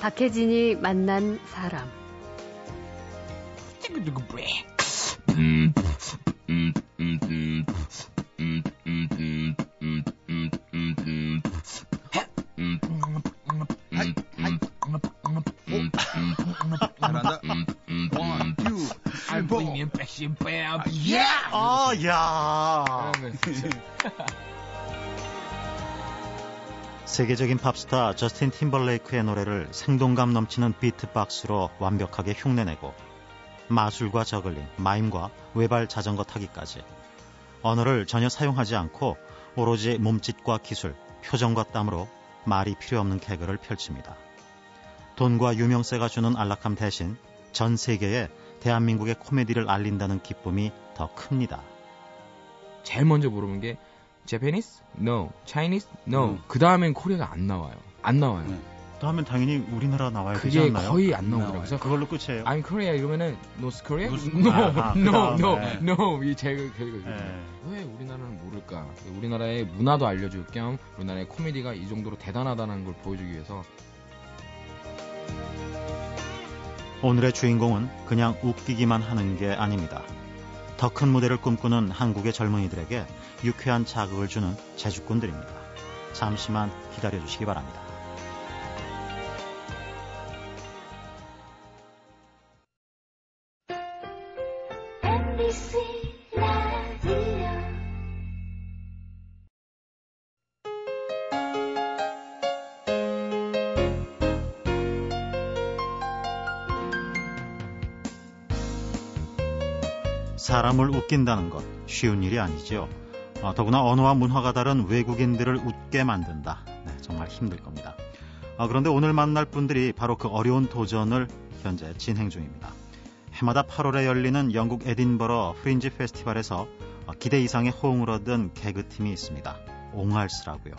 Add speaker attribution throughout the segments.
Speaker 1: 박혜진이 만난 사람.
Speaker 2: 잘한다. 음.
Speaker 3: One, two, three,
Speaker 2: four.
Speaker 3: four. 백신 빼야.
Speaker 2: 아, 야.
Speaker 4: 세계적인 팝스타 저스틴 팀벌레이크의 노래를 생동감 넘치는 비트박스로 완벽하게 흉내내고 마술과 저글링, 마임과 외발 자전거 타기까지 언어를 전혀 사용하지 않고 오로지 몸짓과 기술, 표정과 땀으로 말이 필요 없는 개그를 펼칩니다. 돈과 유명세가 주는 안락함 대신 전 세계에 대한민국의 코미디를 알린다는 기쁨이 더 큽니다.
Speaker 3: 제일 먼저 물어본 게 Japanese? No. Chinese? No.
Speaker 2: 음.
Speaker 3: 그 다음엔 코리아가 안 나와요. 안 나와요.
Speaker 2: 네.
Speaker 4: 다음엔 당연히 우리나라 나와야 되지
Speaker 3: 그게
Speaker 4: 아, 않나요? 네.
Speaker 3: 거의 안 나오더라고요.
Speaker 2: 나와요.
Speaker 3: 그래서
Speaker 4: 그걸로 끝이에요.
Speaker 3: I'm Korea 이러면은 No Korea?
Speaker 2: No,
Speaker 3: No,
Speaker 4: 아, 아,
Speaker 3: no, no,
Speaker 4: 그다음에.
Speaker 3: no. 이 제가 그
Speaker 4: 예.
Speaker 3: 왜 우리나라는 모를까? 우리나라의 문화도 알려줄 겸 우리나라의 코미디가 이 정도로 대단하다는 걸 보여주기 위해서
Speaker 4: 오늘의 주인공은 그냥 웃기기만 하는 게 아닙니다. 더 큰 무대를 꿈꾸는 한국의 젊은이들에게 유쾌한 자극을 주는 재주꾼들입니다. 잠시만 기다려주시기 바랍니다.
Speaker 5: MBC 라디오
Speaker 4: 사람을 웃긴다는 것 쉬운 일이 아니죠. 어, 더구나 언어와 문화가 다른 외국인들을 웃게 만든다. 네, 정말 힘들 겁니다. 어, 그런데 오늘 만날 분들이 바로 그 어려운 도전을 현재 진행 중입니다. 해마다 8월에 열리는 영국 에딘버러 프린지 페스티벌에서 어, 기대 이상의 호응을 얻은 개그팀이 있습니다. 옹알스라고요.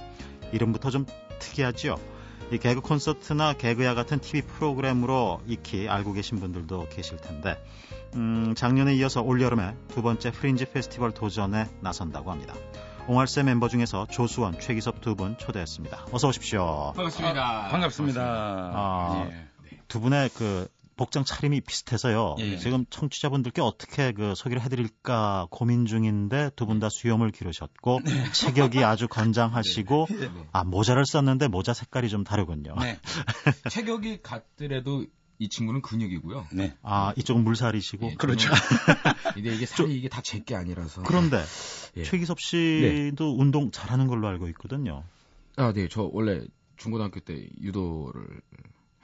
Speaker 4: 이름부터 좀 특이하죠. 이 개그 콘서트나 개그야 같은 TV 프로그램으로 익히 알고 계신 분들도 계실 텐데 음, 작년에 이어서 올여름에 두 번째 프린지 페스티벌 도전에 나선다고 합니다. 옹알세 멤버 중에서 조수원, 최기섭 두 분 초대했습니다. 어서 오십시오.
Speaker 3: 반갑습니다.
Speaker 2: 아, 반갑습니다.
Speaker 4: 아.
Speaker 2: 예.
Speaker 4: 두 분의 그 복장 차림이 비슷해서요.
Speaker 2: 예.
Speaker 4: 지금 청취자분들께 어떻게 그 소개를 해드릴까 고민 중인데 두 분 다
Speaker 3: 네.
Speaker 4: 수염을 기르셨고 체격이 아주 건장하시고
Speaker 3: 네,
Speaker 4: 아 모자를 썼는데 모자 색깔이 좀 다르군요.
Speaker 2: 네.
Speaker 3: 체격이 같더라도 이 친구는 근육이고요.
Speaker 2: 네.
Speaker 4: 아 이쪽은 물살이시고
Speaker 3: 예,
Speaker 2: 그렇죠.
Speaker 3: 저는- 근데 이게 살이 이게 다 제 게 아니라서.
Speaker 4: 그런데
Speaker 3: 예.
Speaker 4: 최기섭 씨도 운동 잘하는 걸로 알고 있거든요.
Speaker 3: 아, 네. 저 원래 중고등학교 때 유도를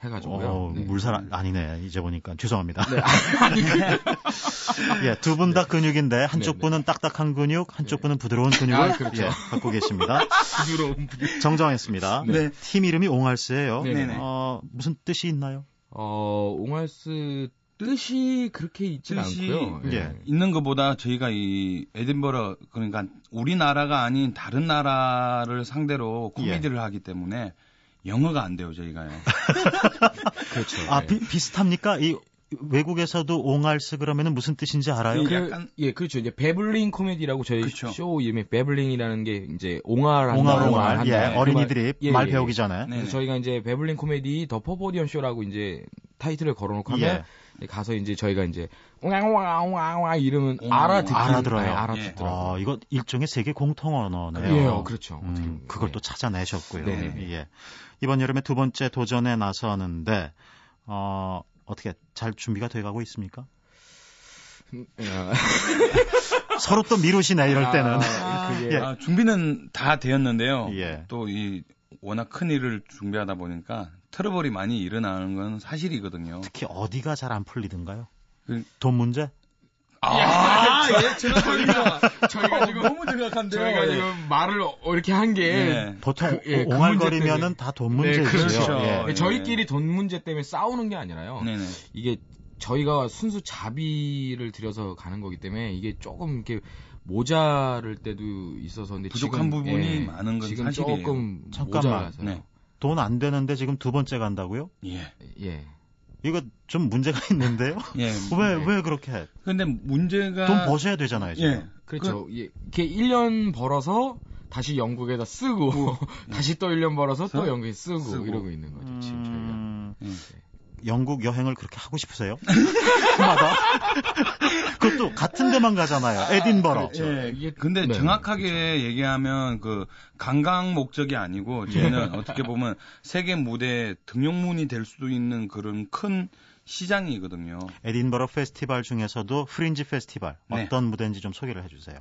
Speaker 3: 해가지고요.
Speaker 4: 어,
Speaker 3: 네.
Speaker 4: 물살 아- 아니네 이제 보니까 죄송합니다.
Speaker 3: 네. 아니, 그-
Speaker 4: 예, 두 분 다 근육인데
Speaker 3: 네,
Speaker 4: 한쪽
Speaker 3: 네.
Speaker 4: 분은 딱딱한 근육, 한쪽
Speaker 3: 네.
Speaker 4: 분은 부드러운 근육을
Speaker 3: 아, 그렇죠.
Speaker 4: 예, 갖고 계십니다.
Speaker 3: 부드러운 분.
Speaker 4: 정정했습니다.
Speaker 2: 네.
Speaker 4: 팀 이름이 옹알스예요.
Speaker 3: 네,
Speaker 2: 네.
Speaker 4: 어, 무슨 뜻이 있나요?
Speaker 3: 어, 옹알스 뜻이 그렇게 있진
Speaker 2: 뜻이-
Speaker 3: 않고요.
Speaker 4: 예.
Speaker 2: 있는 것보다 저희가 이 에딘버러 그러니까 우리나라가 아닌 다른 나라를 상대로 코미디를 하기 때문에 영어가 안 돼요 저희가요.
Speaker 3: 그렇죠.
Speaker 4: 아,
Speaker 3: 예.
Speaker 4: 비, 비슷합니까? 이 외국에서도 옹알스 그러면은 무슨 뜻인지 알아요?
Speaker 2: 그-
Speaker 3: 그,
Speaker 2: 약간-
Speaker 3: 예, 그렇죠. 이제 베블링 코미디라고 저희
Speaker 2: 그쵸.
Speaker 3: 쇼 이름이 베블링이라는 게 이제 옹알한
Speaker 4: 옹알옹알.
Speaker 3: 말로 말한다.
Speaker 4: 예,
Speaker 3: 그
Speaker 4: 어린이들이
Speaker 3: 말- 예,
Speaker 4: 말
Speaker 3: 예,
Speaker 4: 배우기
Speaker 3: 예.
Speaker 4: 전에.
Speaker 2: 네.
Speaker 3: 그래서 저희가 이제 베블링 코미디 더 퍼보디언 쇼라고 이제 타이틀을 걸어놓고
Speaker 4: 예.
Speaker 3: 하면 가서 이제 저희가 이제 옹앙옹앙옹앙 이러면
Speaker 2: 옹-
Speaker 3: 알아듣기
Speaker 4: 알아들어요.
Speaker 3: 네, 알아듣더라고요.
Speaker 4: 어, 이거 일종의 세계 공통 언어네요.
Speaker 3: 예, 어, 그렇죠.
Speaker 4: 음,
Speaker 3: 어떻게 보면.
Speaker 4: 그걸
Speaker 3: 예.
Speaker 4: 또 찾아내셨고요.
Speaker 3: 네.
Speaker 4: 예. 이번 여름에 두 번째 도전에 나서는데 어, 어떻게 잘 준비가 돼 가고 있습니까?
Speaker 3: 예.
Speaker 4: 서로 또 미루시네 이럴 때는.
Speaker 3: 아, 그게
Speaker 4: 예.
Speaker 2: 아, 준비는 다 되었는데요.
Speaker 4: 예.
Speaker 2: 또 이 워낙 큰 일을 준비하다 보니까 트러블이 많이 일어나는 건 사실이거든요.
Speaker 4: 특히 어디가 잘 안 풀리던가요?
Speaker 2: 그-
Speaker 4: 돈 문제?
Speaker 2: 아,
Speaker 3: 예, 제가 저희가 저희가 지금
Speaker 2: 너무 정확한데요.
Speaker 3: 저희가
Speaker 2: 예.
Speaker 3: 지금 말을 어- 이렇게 한 게
Speaker 2: 예.
Speaker 4: 보통
Speaker 3: 그- 뭐, 예, 그
Speaker 4: 옹알거리면은 다 돈
Speaker 3: 네,
Speaker 4: 문제죠.
Speaker 2: 그렇죠.
Speaker 4: 예.
Speaker 2: 예.
Speaker 3: 저희끼리 돈 문제 때문에 싸우는 게 아니라요.
Speaker 2: 네네.
Speaker 3: 이게 저희가 순수 자비를 들여서 가는 거기 때문에 이게 조금 이렇게 모자랄 때도 있어서 근데
Speaker 2: 부족한
Speaker 3: 지금, 예,
Speaker 2: 부분이 많은 건
Speaker 3: 지금
Speaker 2: 사실이에요.
Speaker 3: 조금
Speaker 4: 잠깐만.
Speaker 3: 모자라서요.
Speaker 2: 네.
Speaker 4: 돈안 되는데 지금 두 번째 간다고요?
Speaker 2: 예.
Speaker 3: 예.
Speaker 4: 이거 좀 문제가 있는데요.
Speaker 2: 예.
Speaker 4: 왜 왜
Speaker 3: 네.
Speaker 4: 그렇게 해?
Speaker 2: 근데 문제가
Speaker 4: 돈 버셔야 되잖아요, 지금.
Speaker 2: 예.
Speaker 3: 그렇죠. 예. 이렇게 1년 벌어서 다시 영국에다 쓰고 다시 또 1년 벌어서 또
Speaker 2: 그래서
Speaker 3: 영국에 쓰고,
Speaker 2: 쓰고.
Speaker 3: 이러고 있는 거죠. 지금 저희가.
Speaker 4: 음,
Speaker 2: 음.
Speaker 4: 영국 여행을 그렇게 하고 싶으세요? 마다 그것도 같은 데만 가잖아요. 에딘버러.
Speaker 3: 그렇죠.
Speaker 2: 예, 이게 근데
Speaker 3: 네,
Speaker 2: 정확하게 얘기하면 그 관광 목적이 아니고
Speaker 3: 예.
Speaker 2: 저희는 어떻게 보면 세계 무대 등용문이 될 수도 있는 그런 큰 시장이거든요.
Speaker 4: 에딘버러 페스티벌 중에서도 프린지 페스티벌
Speaker 2: 네.
Speaker 4: 어떤 무대인지 좀 소개를 해주세요.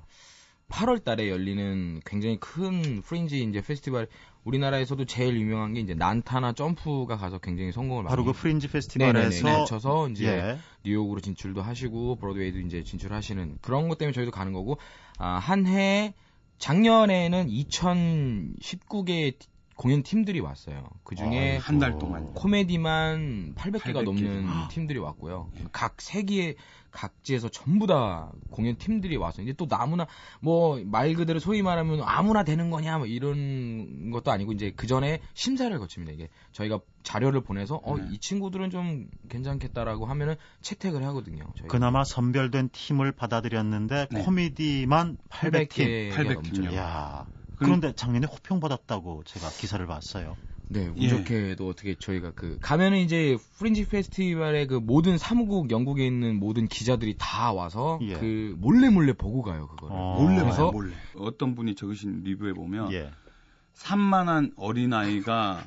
Speaker 3: 8월 달에 열리는 굉장히 큰 프린지 이제 페스티벌 우리나라에서도 제일 유명한 게 이제 난타나 점프가 가서 굉장히 성공을
Speaker 4: 바로 그
Speaker 3: 어, 많이
Speaker 4: 프린지
Speaker 3: 네네네,
Speaker 4: 페스티벌에서
Speaker 3: 맞춰서 이제
Speaker 4: 예.
Speaker 3: 뉴욕으로 진출도 하시고 브로드웨이도 이제 진출하시는 그런 것 때문에 저희도 가는 거고 아, 한 해 작년에는 2019개 공연 팀들이 왔어요. 그 중에
Speaker 4: 아이고.
Speaker 2: 한 달 동안.
Speaker 3: 코미디만 800개가
Speaker 2: 800개. 아.
Speaker 3: 넘는 팀들이 왔고요. 각 세계 각지에서 전부 다 공연 팀들이 와서 이제 또 나무나 뭐 말 그대로 소위 말하면 아무나 되는 거냐 뭐 이런 것도 아니고 이제 그 전에 심사를 거칩니다. 이게 저희가 자료를 보내서 어
Speaker 2: 네.
Speaker 3: 이 친구들은 좀 괜찮겠다라고 하면은 채택을 하거든요. 저희
Speaker 4: 그나마 선별된 팀을 받아들였는데
Speaker 2: 네.
Speaker 4: 코미디만 800팀.
Speaker 2: 800 팀이요.
Speaker 4: 야 그런데 작년에 호평 받았다고 제가 기사를 봤어요.
Speaker 3: 네, 운
Speaker 2: 예.
Speaker 3: 좋게도 어떻게 저희가 그 가면은 이제 프린지 페스티벌의 그 모든 사무국 영국에 있는 모든 기자들이 다 와서
Speaker 4: 예.
Speaker 3: 그 몰래 몰래 보고 가요 그거를.
Speaker 4: 어.
Speaker 2: 아. 몰래
Speaker 3: 아. 그래서
Speaker 2: 봐요, 몰래. 어떤 분이 적으신 리뷰에 보면
Speaker 4: 예.
Speaker 2: 산만한 어린아이가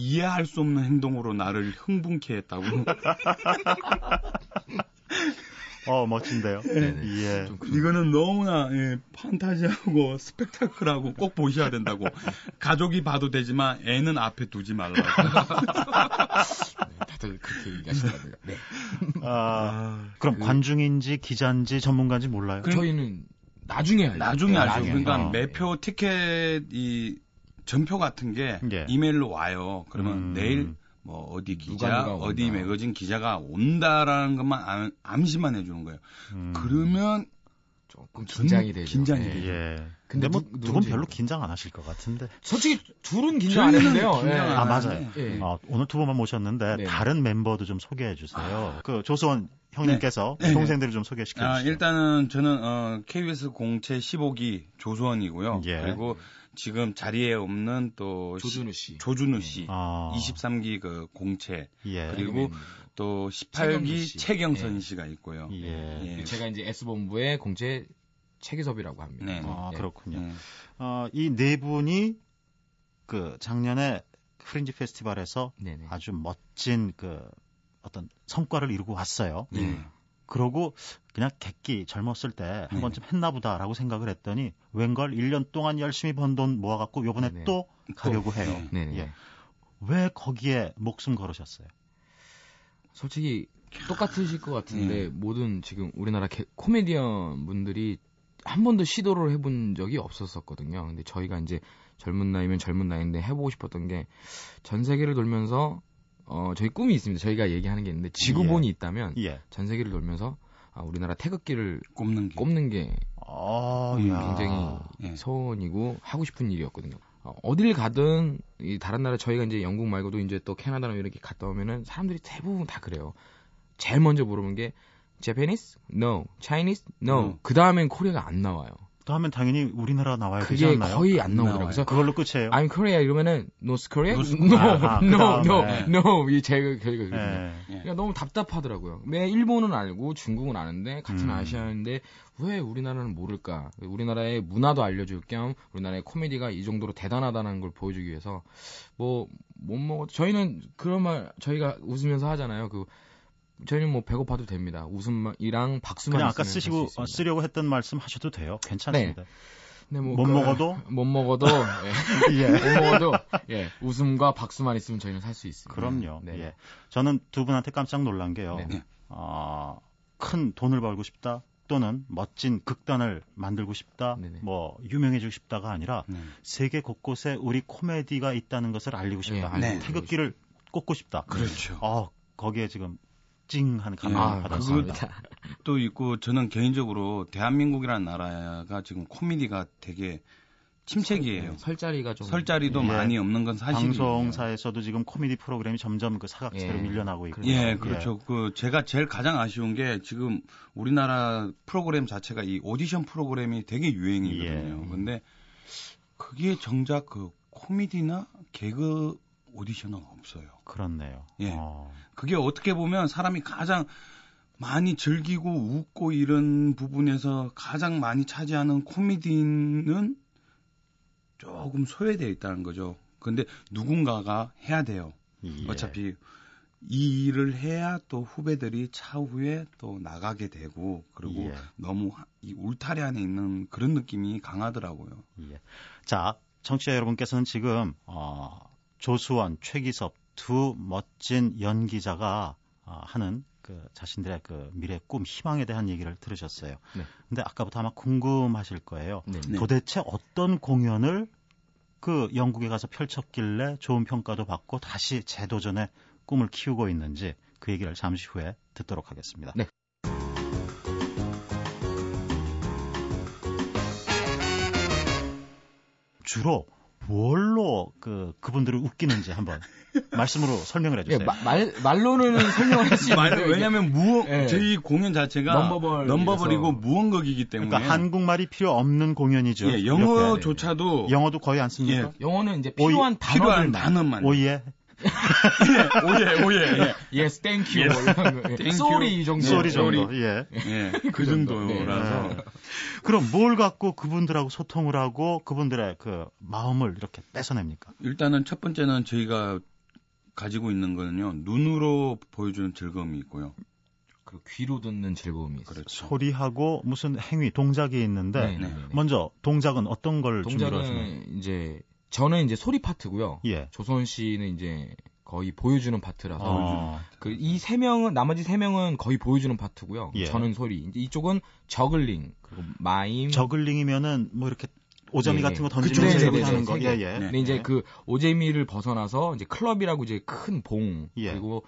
Speaker 2: 이해할 수 없는 행동으로 나를 흥분케 했다고.
Speaker 4: 어 멋진데요.
Speaker 3: 네네.
Speaker 4: 예.
Speaker 3: 좀 그런-
Speaker 2: 이거는 너무나 예, 판타지하고 스펙타클하고 꼭 보셔야 된다고. 가족이 봐도 되지만 애는 앞에 두지 말라고.
Speaker 3: 다들 그렇게 얘기하시더라고요. 네.
Speaker 4: 아, 그럼
Speaker 3: 그-
Speaker 4: 관중인지 기자인지 전문가인지 몰라요.
Speaker 2: 그
Speaker 3: 저희는 나중에 알죠.
Speaker 2: 나중에
Speaker 3: 네,
Speaker 2: 알죠. 그러니까
Speaker 4: 어.
Speaker 2: 매표 티켓이 전표 같은 게
Speaker 4: 예.
Speaker 2: 이메일로 와요. 그러면
Speaker 4: 음.
Speaker 2: 내일 뭐 어디 기자,
Speaker 3: 누가 누가 온다.
Speaker 2: 어디 매거진 기자가 온다라는 것만 아, 암, 암시만 해주는 거예요.
Speaker 4: 음.
Speaker 2: 그러면
Speaker 3: 조금 긴장이
Speaker 2: 저는
Speaker 3: 되죠.
Speaker 2: 긴장이
Speaker 3: 네.
Speaker 2: 돼요.
Speaker 4: 예. 근데
Speaker 3: 근데
Speaker 4: 뭐
Speaker 3: 누-
Speaker 4: 두 분
Speaker 3: 누군지
Speaker 4: 별로
Speaker 3: 모르겠어요.
Speaker 4: 긴장 안 하실 것 같은데.
Speaker 3: 솔직히 둘은 긴장 안 했는데요.
Speaker 2: 저희는 긴장
Speaker 3: 예.
Speaker 2: 안
Speaker 4: 아,
Speaker 2: 하는데
Speaker 3: 예.
Speaker 4: 어, 오늘 두 분만 모셨는데
Speaker 3: 네.
Speaker 4: 다른 멤버도 좀 소개해 주세요. 그 조수원 형님께서
Speaker 2: 아. 네.
Speaker 4: 동생들을 좀 소개시켜 주세요.
Speaker 2: 아, 일단은 저는 어, KBS 공채 15기 조수원이고요.
Speaker 4: 예.
Speaker 2: 그리고 지금 자리에 없는 또
Speaker 3: 조준우 씨.
Speaker 2: 조준우 씨,
Speaker 4: 아,
Speaker 2: 23기 그 공채,
Speaker 4: 예.
Speaker 2: 그리고 또 18기
Speaker 3: 씨.
Speaker 2: 최경선
Speaker 3: 예.
Speaker 2: 씨가 있고요.
Speaker 4: 예.
Speaker 2: 예.
Speaker 3: 제가 이제 S본부의 공채 체계섭이라고 합니다.
Speaker 2: 네.
Speaker 4: 아,
Speaker 3: 예.
Speaker 4: 그렇군요.
Speaker 2: 예.
Speaker 4: 어, 이 네 분이 그 작년에 프린지 페스티벌에서
Speaker 3: 예. 네네.
Speaker 4: 아주 멋진 그 어떤 성과를 이루고 왔어요.
Speaker 3: 네.
Speaker 2: 예.
Speaker 4: 그러고 그냥 객기 젊었을 때 한
Speaker 2: 네.
Speaker 4: 번쯤 했나 보다라고 생각을 했더니 웬걸 1년 동안 열심히 번 돈 모아갖고 요번에
Speaker 3: 네.
Speaker 4: 또 가려고 해요.
Speaker 2: 네.
Speaker 3: 네네.
Speaker 4: 예. 왜 거기에 목숨 걸으셨어요?
Speaker 3: 솔직히 똑같으실 것 같은데 모든 지금 우리나라 개- 코미디언 분들이 한 번도 시도를 해본 적이 없었었거든요. 근데 저희가 이제 젊은 나이면 젊은 나이인데 해보고 싶었던 게 전 세계를 돌면서 어 저희 꿈이 있습니다. 저희가 얘기하는 게 있는데 지구본이 있다면
Speaker 4: 예.
Speaker 3: 전 세계를 돌면서 아, 우리나라 태극기를
Speaker 2: 꼽는 게.
Speaker 3: 꼽는 게
Speaker 4: 어,
Speaker 2: 음,
Speaker 4: 야.
Speaker 3: 굉장히
Speaker 2: 예.
Speaker 3: 소원이고 하고 싶은 일이었거든요. 어, 어딜 가든 이 다른 나라 저희가 이제 영국 말고도 이제 또 캐나다나 이렇게 갔다 오면은 사람들이 대부분 다 그래요. 제일 먼저 물어보는 게 Japanese? No. Chinese? No.
Speaker 2: 음.
Speaker 3: 그 다음엔 코리아가 안 나와요.
Speaker 4: 또 하면 당연히 우리나라 나와야 되지
Speaker 3: 그게
Speaker 4: 않나요?
Speaker 3: 거의 안 나오더라고요.
Speaker 2: 나와요.
Speaker 3: 그래서 아,
Speaker 4: 그걸로 끝이에요.
Speaker 3: I'm Korea 이러면은 North Korea?
Speaker 2: North
Speaker 3: No,
Speaker 4: 아, 아,
Speaker 3: no, no,
Speaker 4: 그다음에.
Speaker 3: no. 이게 제가 저희가 그거든요.
Speaker 4: 예.
Speaker 2: 예.
Speaker 3: 그러니까 너무 답답하더라고요. 매 일본은 알고 중국은 아는데 같은
Speaker 4: 음.
Speaker 3: 아시아인데 왜 우리나라는 모를까? 우리나라의 문화도 알려줄 겸 우리나라의 코미디가 이 정도로 대단하다는 걸 보여주기 위해서 뭐 못 먹어 저희는 그런 말 저희가 웃으면서 하잖아요. 그 저희는 뭐 배고파도 됩니다. 웃음이랑 박수만
Speaker 4: 그냥 아까
Speaker 3: 있으면 할수
Speaker 4: 쓰시고
Speaker 3: 있습니다.
Speaker 4: 어, 쓰려고 했던 말씀 하셔도 돼요. 괜찮습니다.
Speaker 3: 근데 뭐
Speaker 4: 못
Speaker 3: 그-
Speaker 4: 먹어도?
Speaker 3: 못 먹어도 예.
Speaker 4: 예.
Speaker 3: 못 먹어도 예. 웃음과 박수만 있으면 저희는 살 수 있습니다.
Speaker 4: 그럼요.
Speaker 3: 네.
Speaker 4: 예. 저는 두 분한테 깜짝 놀란 게요.
Speaker 3: 네.
Speaker 4: 어, 큰 돈을 벌고 싶다 또는 멋진 극단을 만들고 싶다,
Speaker 3: 네네.
Speaker 4: 뭐 유명해지고 싶다가 아니라
Speaker 2: 네.
Speaker 4: 세계 곳곳에 우리 코미디가 있다는 것을 알리고
Speaker 3: 예,
Speaker 4: 싶다.
Speaker 2: 네.
Speaker 4: 태극기를 꽂고 싶다.
Speaker 2: 그렇죠.
Speaker 4: 어, 거기에 지금 찡하는 감동을
Speaker 3: 아,
Speaker 4: 받았습니다.
Speaker 3: 감사합니다.
Speaker 2: 또 네. 있고 저는 개인적으로 대한민국이라는 나라가 지금 코미디가 되게 침체기예요.
Speaker 3: 네, 설 자리가 좀
Speaker 2: 설 자리도
Speaker 4: 예.
Speaker 2: 많이 없는 건 사실이에요.
Speaker 4: 방송사에서도 지금 코미디 프로그램이 점점 그 사각지대로
Speaker 3: 예.
Speaker 4: 밀려나고 있고.
Speaker 2: 예, 그렇죠. 그 제가 제일 가장 아쉬운 게 지금 우리나라 프로그램 자체가 이 오디션 프로그램이 되게 유행이거든요.
Speaker 4: 예.
Speaker 2: 근데 그게 정작 그 코미디나 개그 오디션은 없어요.
Speaker 4: 그렇네요.
Speaker 2: 예.
Speaker 4: 어,
Speaker 2: 그게 어떻게 보면 사람이 가장 많이 즐기고 웃고 이런 부분에서 가장 많이 차지하는 코미디는 조금 소외되어 있다는 거죠. 근데 누군가가 해야 돼요.
Speaker 4: 예.
Speaker 2: 어차피 이 일을 해야 또 후배들이 차후에 또 나가게 되고 그리고
Speaker 4: 예.
Speaker 2: 너무 하- 이 울타리 안에 있는 그런 느낌이 강하더라고요.
Speaker 4: 예. 자, 청취자 여러분께서는 지금 어, 조수원, 최기섭 두 멋진 연기자가 어, 하는 그 자신들의 그 미래 꿈, 희망에 대한 얘기를 들으셨어요.
Speaker 3: 네.
Speaker 4: 근데 아까부터 아마 궁금하실 거예요.
Speaker 3: 네.
Speaker 2: 네.
Speaker 4: 도대체 어떤 공연을 그 영국에 가서 펼쳤길래 좋은 평가도 받고 다시 재도전의 꿈을 키우고 있는지 그 얘기를 잠시 후에 듣도록 하겠습니다.
Speaker 3: 네.
Speaker 4: 주로 뭘로 그 그분들을 웃기는지 한번 말씀으로 설명을
Speaker 3: 예,
Speaker 4: 해주세요.
Speaker 3: 마- 말, 말로는 설명을 할수
Speaker 2: 말-
Speaker 3: 있는데 이게
Speaker 2: 왜냐면 무어
Speaker 3: 예.
Speaker 2: 저희 공연 자체가
Speaker 3: 넘버벌이라서.
Speaker 2: 넘버벌이고 무언극이기 때문에
Speaker 4: 그러니까 한국말이 필요 없는 공연이죠.
Speaker 2: 예,
Speaker 4: 이렇게.
Speaker 2: 영어조차도
Speaker 4: 영어도 거의 안 씁니까?
Speaker 3: 영어는 이제
Speaker 4: 오이-
Speaker 3: 필요한
Speaker 2: 필요한
Speaker 3: 단어들만
Speaker 2: 단어만
Speaker 4: 오예,
Speaker 2: 오예 오예 예.
Speaker 3: yes thank you 뭐 이런 거. 예.
Speaker 2: Thank
Speaker 3: sorry
Speaker 2: you.
Speaker 3: 이 정도
Speaker 4: 소리
Speaker 2: 쏘리
Speaker 4: 정도. 예.
Speaker 2: 예, 그
Speaker 3: 정도.
Speaker 2: 정도라서
Speaker 4: 네. 그럼 뭘 갖고 그분들하고 소통을 하고 그분들의 그 마음을 이렇게 뺏어냅니까?
Speaker 2: 일단은 첫 번째는 저희가 가지고 있는 거는요 눈으로 보여주는 즐거움이 있고요.
Speaker 3: 그리고 귀로 듣는 즐거움이
Speaker 2: 그렇죠.
Speaker 3: 있어요
Speaker 4: 소리하고 무슨 행위, 동작이 있는데
Speaker 3: 네, 네, 네.
Speaker 4: 먼저 동작은 어떤 걸 준비를 하시나요?
Speaker 3: 동작은 이제 저는 이제 소리 파트고요
Speaker 4: 예.
Speaker 3: 조선 씨는 이제 거의 보여주는 파트라서
Speaker 4: 어,
Speaker 3: 그 이 세 명은 나머지 세 명은 거의 보여주는 파트고요.
Speaker 4: 예.
Speaker 3: 저는 소리. 이제 이쪽은 저글링 그리고 마임.
Speaker 4: 저글링이면은 뭐 이렇게 오자미
Speaker 3: 예,
Speaker 4: 같은 거
Speaker 3: 그
Speaker 4: 던지면서
Speaker 3: 정도
Speaker 4: 이렇게 하는
Speaker 3: 되죠.
Speaker 4: 거. 예, 예.
Speaker 2: 네.
Speaker 3: 근데 이제 그 오재미를 벗어나서 이제 클럽이라고 이제 큰 봉
Speaker 4: 예.
Speaker 3: 그리고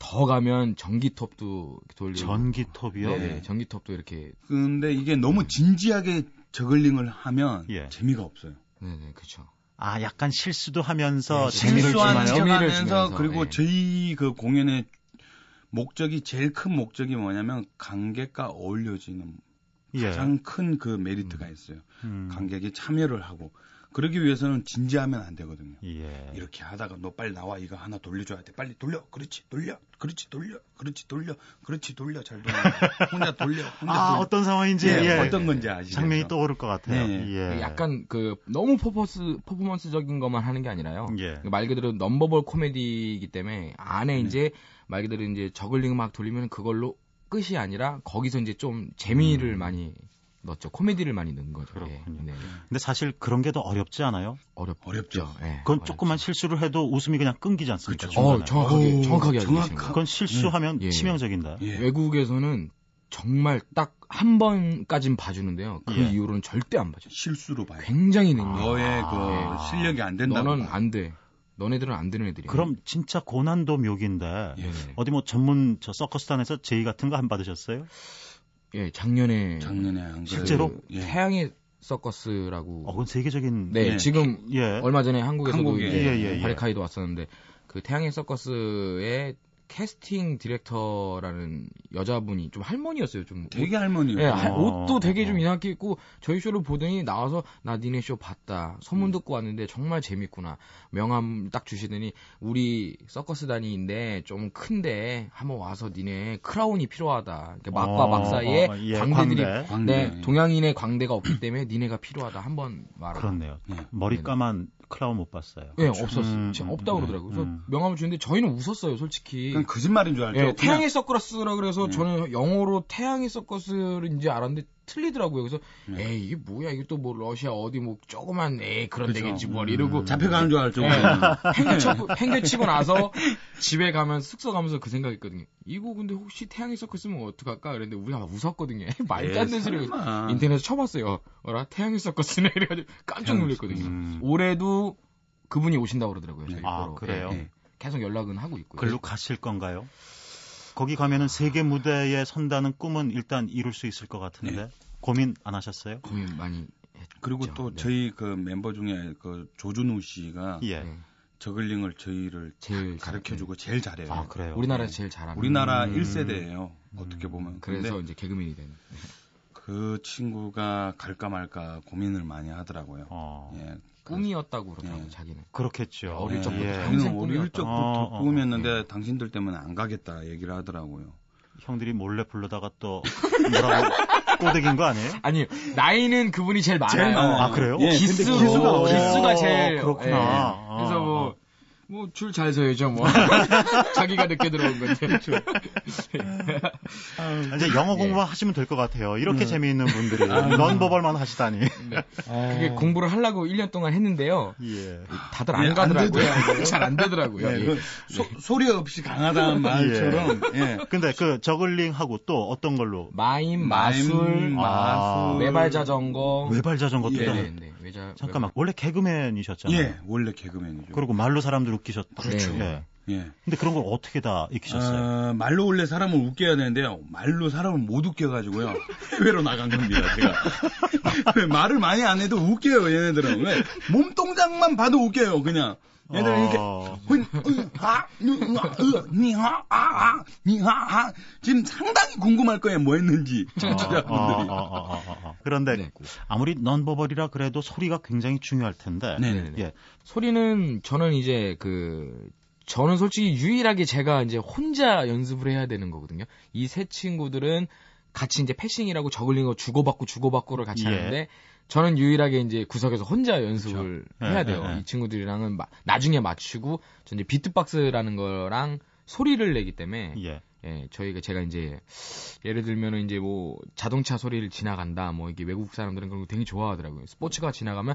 Speaker 3: 더 가면 전기톱도 돌리고
Speaker 4: 전기톱이요.
Speaker 3: 네, 전기톱도 이렇게
Speaker 2: 근데 이게 너무 진지하게 저글링을 하면
Speaker 4: 예.
Speaker 2: 재미가 없어요.
Speaker 3: 네네 그렇죠.
Speaker 4: 아, 약간 실수도 하면서
Speaker 3: 네,
Speaker 4: 재미를
Speaker 3: 실수한
Speaker 4: 주나요?
Speaker 3: 점- 재미를
Speaker 2: 하면서
Speaker 3: 주면서,
Speaker 2: 그리고
Speaker 3: 예.
Speaker 2: 저희 그 공연의 목적이 제일 큰 목적이 뭐냐면 관객과 어울려지는
Speaker 4: 예.
Speaker 2: 가장 큰 그 메리트가 있어요.
Speaker 4: 음.
Speaker 2: 관객이 참여를 하고 그러기 위해서는 진지하면 안 되거든요.
Speaker 4: 예.
Speaker 3: 네.
Speaker 2: 이렇게 하다가 너 빨리 나와 이거 하나 돌려줘야 돼 빨리 돌려 그렇지 돌려 그렇지 돌려 그렇지 돌려 그렇지 돌려 잘 돌려 혼자 돌려 혼자
Speaker 4: 아,
Speaker 2: 돌려
Speaker 4: 어떤 상황인지
Speaker 3: 네,
Speaker 2: 예,
Speaker 4: 예.
Speaker 2: 어떤 건지 아시죠?
Speaker 4: 장면이 떠오를 것 같아요.
Speaker 2: 네.
Speaker 4: 예.
Speaker 3: 약간 그 너무 퍼포스 퍼포먼스적인 것만 하는 게 아니라요. 그러니까
Speaker 4: 예.
Speaker 3: 말 그대로 넘버볼 코미디이기 때문에 안에 이제 말 그대로 이제 저글링 막 돌리면 그걸로 끝이 아니라 거기서 이제 좀 재미를 많이 넣었죠. 코미디를 많이 넣은 거죠.
Speaker 4: 그렇군요.
Speaker 3: 예. 네.
Speaker 4: 근데 사실 그런 게 더 어렵지 않아요?
Speaker 3: 어렵죠.
Speaker 2: 어렵죠.
Speaker 3: 예.
Speaker 4: 그건
Speaker 3: 어렵죠.
Speaker 4: 조금만 실수를 해도 웃음이 그냥 끊기지 않습니까?
Speaker 2: 그쵸.
Speaker 4: 중간에.
Speaker 3: 어, 정확하게
Speaker 2: 오,
Speaker 3: 정확하게 알고
Speaker 2: 정확하-
Speaker 3: 계신 거예요.
Speaker 4: 그건 실수하면
Speaker 3: 예.
Speaker 4: 치명적인다.
Speaker 2: 예.
Speaker 3: 외국에서는 정말 딱 한 번까진 봐주는데요. 그
Speaker 4: 예.
Speaker 3: 이후로는 절대 안 봐줘.
Speaker 2: 실수로 봐요.
Speaker 3: 굉장히 능력.
Speaker 2: 너의 그
Speaker 4: 아.
Speaker 2: 실력이 안 된다.
Speaker 3: 너는 안 돼. 너네들은 안 되는 애들이야.
Speaker 4: 그럼 진짜 고난도 묘기인데
Speaker 3: 예.
Speaker 4: 어디 뭐 전문 저 서커스단에서 제의 같은 거 안 받으셨어요?
Speaker 3: 예, 작년에
Speaker 2: 작년에 안 그래도
Speaker 4: 실제로?
Speaker 2: 예.
Speaker 3: 태양의 서커스라고
Speaker 4: 어, 그건 세계적인
Speaker 3: 네,
Speaker 2: 예.
Speaker 3: 지금
Speaker 4: 예.
Speaker 3: 얼마 전에 한국에서도
Speaker 2: 한국에.
Speaker 3: 이제
Speaker 4: 예, 예, 예.
Speaker 3: 바리카이도 왔었는데 그 태양의 서커스의 캐스팅 디렉터라는 여자분이 좀 할머니였어요. 좀
Speaker 2: 되게
Speaker 3: 옷,
Speaker 2: 할머니요.
Speaker 3: 예,
Speaker 2: 예,
Speaker 3: 하-
Speaker 4: 어.
Speaker 3: 옷도 되게
Speaker 4: 어.
Speaker 3: 좀 이상하게 입고 저희 쇼를 보더니 나와서 나 니네 쇼 봤다.
Speaker 4: 음.
Speaker 3: 소문 듣고 왔는데 정말 재밌구나. 명함 딱 주시더니 우리 서커스단이인데 좀 큰데 한번 와서 니네 크라운이 필요하다. 그러니까 막과
Speaker 4: 어,
Speaker 3: 막 사이에
Speaker 4: 어, 예,
Speaker 3: 광대들이
Speaker 4: 광대.
Speaker 2: 광대.
Speaker 3: 네, 동양인의 광대가 없기 때문에 니네가 필요하다. 한번 말하라.
Speaker 4: 그렇네요.
Speaker 2: 예.
Speaker 4: 머리
Speaker 3: 네네.
Speaker 4: 까만 클라운 못 봤어요.
Speaker 3: 예, 없었어요.
Speaker 4: 음,
Speaker 3: 진짜
Speaker 4: 음,
Speaker 3: 없다고
Speaker 4: 음,
Speaker 3: 그러더라고요. 그래서
Speaker 4: 음.
Speaker 3: 명함을 주는데 저희는 웃었어요, 솔직히.
Speaker 2: 그냥 거짓말인 줄 알죠.
Speaker 3: 예,
Speaker 2: 그냥
Speaker 3: 태양의 서커스라 그래서
Speaker 2: 네.
Speaker 3: 저는 영어로 태양의 서커스인지 알았는데 틀리더라고요. 그래서
Speaker 2: 네.
Speaker 3: 에이, 이게 뭐야? 이게 또 뭐 러시아 어디 뭐 조그만 에이, 그런
Speaker 2: 그죠. 음. 네.
Speaker 3: 데겠지 뭘 이러고
Speaker 2: 그렇죠. 잡혀가는 줄 알죠.
Speaker 3: 예.
Speaker 2: 그냥.
Speaker 3: 팽개치고 팽개치고 나서 집에 가면 숙소 가면서 그 생각했거든요. 이거 근데 혹시 태양의 서커스면 어떡할까? 그랬는데 우리가 막 웃었거든요. 말도 안 되는
Speaker 2: 예,
Speaker 3: 소리.
Speaker 2: 설마.
Speaker 3: 아, 인터넷에 쳐봤어요. 어라 태양의 서커스네 이래가지고 깜짝 놀랐거든요.
Speaker 4: 음.
Speaker 3: 올해도 그분이 오신다고 그러더라고요.
Speaker 2: 네.
Speaker 3: 저희
Speaker 4: 아,
Speaker 3: 보러.
Speaker 4: 그래요?
Speaker 3: 예, 예. 계속 연락은 하고 있고요.
Speaker 4: 글로 가실 건가요? 거기 가면은 세계 무대에 선다는 꿈은 일단 이룰 수 있을 것 같은데 고민 안 하셨어요?
Speaker 3: 고민 많이 했죠.
Speaker 2: 그리고 또
Speaker 3: 네.
Speaker 2: 저희 그 멤버 중에 그 조준우 씨가
Speaker 4: 예.
Speaker 3: 네.
Speaker 2: 저글링을 저희를
Speaker 3: 제일
Speaker 2: 가르쳐
Speaker 3: 잘-
Speaker 2: 주고 제일 잘해요. 네.
Speaker 4: 아, 그래요.
Speaker 3: 네. 우리나라에서 제일 잘하는
Speaker 2: 우리나라
Speaker 4: 음.
Speaker 2: 1세대예요. 어떻게 보면.
Speaker 3: 그래서
Speaker 2: 근데
Speaker 3: 이제 개그맨이 되는
Speaker 2: 그 친구가 갈까 말까 고민을 많이 하더라고요.
Speaker 4: 어.
Speaker 2: 예.
Speaker 3: 꿈이었다고 그러더라고
Speaker 2: 예.
Speaker 3: 요 자기는.
Speaker 4: 그렇겠죠.
Speaker 3: 어릴 적부터
Speaker 4: 예.
Speaker 3: 잘-
Speaker 2: 자기는
Speaker 3: 평생
Speaker 2: 어릴
Speaker 3: 꿈이었다고.
Speaker 2: 적부터
Speaker 4: 어, 어,
Speaker 2: 꿈이었는데 당신들 때문에 안 가겠다 얘기를 하더라고요.
Speaker 4: 형들이 몰래 불러다가 또 뭐라고 꼬대긴 거 아니에요?
Speaker 3: 아니 나이는 그분이 제일 많아요.
Speaker 2: 많아요.
Speaker 4: 아, 그래요?
Speaker 2: 예,
Speaker 3: 네. 기스
Speaker 2: 근데
Speaker 4: 기수가
Speaker 3: 기수가,
Speaker 4: 어려워.
Speaker 3: 제일
Speaker 4: 그렇구나.
Speaker 3: 예.
Speaker 4: 아,
Speaker 3: 그래서
Speaker 4: 아.
Speaker 3: 뭐. 뭐 줄 잘 서야죠 뭐 자기가 늦게 들어온 건데
Speaker 4: 아, 이제 영어 공부하시면 될 것 같아요. 이렇게 재미있는 분들이 넌버벌만 하시다니.
Speaker 3: 네. 그게 공부를 하려고 1년 동안 했는데요
Speaker 4: 어. 예. 네,
Speaker 3: 다들
Speaker 2: 예,
Speaker 3: 안
Speaker 2: 안
Speaker 3: 가더라고요 잘 안 되더라고요
Speaker 2: 예,
Speaker 3: 예.
Speaker 2: 그 소, 소리 없이 강하다는 말처럼 예.
Speaker 4: 근데 그 저글링하고 또 어떤 걸로
Speaker 3: 마임 마술
Speaker 2: 마임,
Speaker 4: 아.
Speaker 2: 마술.
Speaker 3: 외발 자전거
Speaker 4: 외발 자전거도
Speaker 2: 예.
Speaker 3: 네,
Speaker 4: 다-
Speaker 3: 네, 외자,
Speaker 4: 잠깐만 원래 개그맨이셨잖아요.
Speaker 2: 예, 원래 개그맨이죠.
Speaker 4: 네. 그리고 말로 사람들 웃기셨죠.
Speaker 3: 그렇죠.
Speaker 4: 예.
Speaker 2: 예.
Speaker 4: 근데 그런 걸 어떻게 다 익히셨어요?
Speaker 2: 어, 말로 원래 사람을 웃겨야 되는데요. 말로 사람을 못 웃겨가지고요. 해외로 나간 겁니다, 제가. 왜 말을 많이 안 해도 웃겨요, 얘네들은. 왜? 몸동작만 봐도 웃겨요, 그냥. 얘들 이렇게.
Speaker 4: 어.
Speaker 2: 훈, 으, 하, 으, 으, 으, 니하, 아, 아, 니하, 아. 지금 상당히 궁금할 거예요, 뭐 했는지. 청취자분들이.
Speaker 4: 어, 어, 어, 어, 어, 어. 그런데
Speaker 3: 아, 네.
Speaker 4: 아무리 넌버벌이라 그래도 소리가 굉장히 중요할 텐데.
Speaker 2: 네.
Speaker 3: 네네네.
Speaker 4: 예.
Speaker 3: 소리는 저는 이제 그 저는 솔직히 유일하게 제가 이제 혼자 연습을 해야 되는 거거든요. 이 세 친구들은 같이 이제 패싱이라고 저글링을 주고받고 주고받고를 같이
Speaker 4: 예.
Speaker 3: 하는데 저는 유일하게 이제 구석에서 혼자 연습을
Speaker 4: 그쵸. 예,
Speaker 3: 해야 돼요.
Speaker 4: 예, 예.
Speaker 3: 이 친구들이랑은 마- 나중에 맞추고 저 이제 비트박스라는 거랑 소리를 내기 때문에
Speaker 4: 예.
Speaker 3: 예, 저희가 제가 이제 예를 들면은 이제 뭐 자동차 소리를 지나간다 뭐 이게 외국 사람들은 그런 거 되게 좋아하더라고요. 스포츠가 지나가면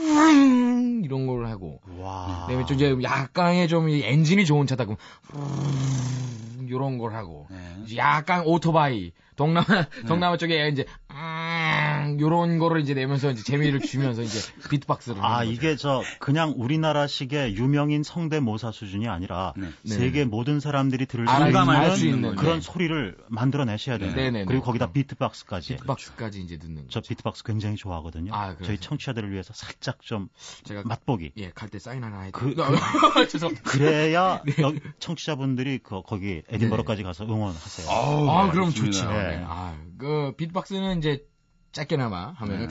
Speaker 3: 우웅 이런 걸 하고
Speaker 4: 와.
Speaker 3: 그다음에 좀 이제
Speaker 4: 아.
Speaker 3: 약간의 좀이 엔진이 좋은 차다 그럼 우웅 이런 걸 하고
Speaker 2: 네.
Speaker 3: 이제 약간 오토바이 동남아
Speaker 4: 네.
Speaker 3: 동남아 쪽에 이제 앙 이런 거를 이제 내면서 이제 재미를 주면서 이제 비트박스를
Speaker 4: 아,
Speaker 3: 하는 거죠.
Speaker 4: 이게 저 그냥 우리나라식의 유명인 성대모사 수준이 아니라
Speaker 2: 네.
Speaker 4: 세계 모든 사람들이 들을
Speaker 3: 알아-
Speaker 2: 공감할
Speaker 3: 알수 있는
Speaker 4: 그런
Speaker 3: 네.
Speaker 4: 소리를 만들어내셔야 돼요.
Speaker 3: 네, 네, 네.
Speaker 4: 그리고 거기다 비트박스까지.
Speaker 3: 비트박스까지 이제 듣는
Speaker 4: 저 비트박스 굉장히 좋아하거든요.
Speaker 3: 아, 그래요?
Speaker 4: 저희 청취자들을 위해서 살짝 좀
Speaker 3: 제가
Speaker 4: 맛보기.
Speaker 3: 예, 갈 때 사인 하나 해.
Speaker 4: 그-
Speaker 3: 죄송합니다.
Speaker 4: 그래야 여기 청취자분들이 그, 거기 에딘버러까지 가서 응원하세요.
Speaker 2: 아우,
Speaker 3: 아,
Speaker 2: 네,
Speaker 3: 그럼
Speaker 2: 좋습니다.
Speaker 3: 좋죠.
Speaker 4: 예.
Speaker 3: 네. 아, 그 비트박스는 이제 짧게나마 하면은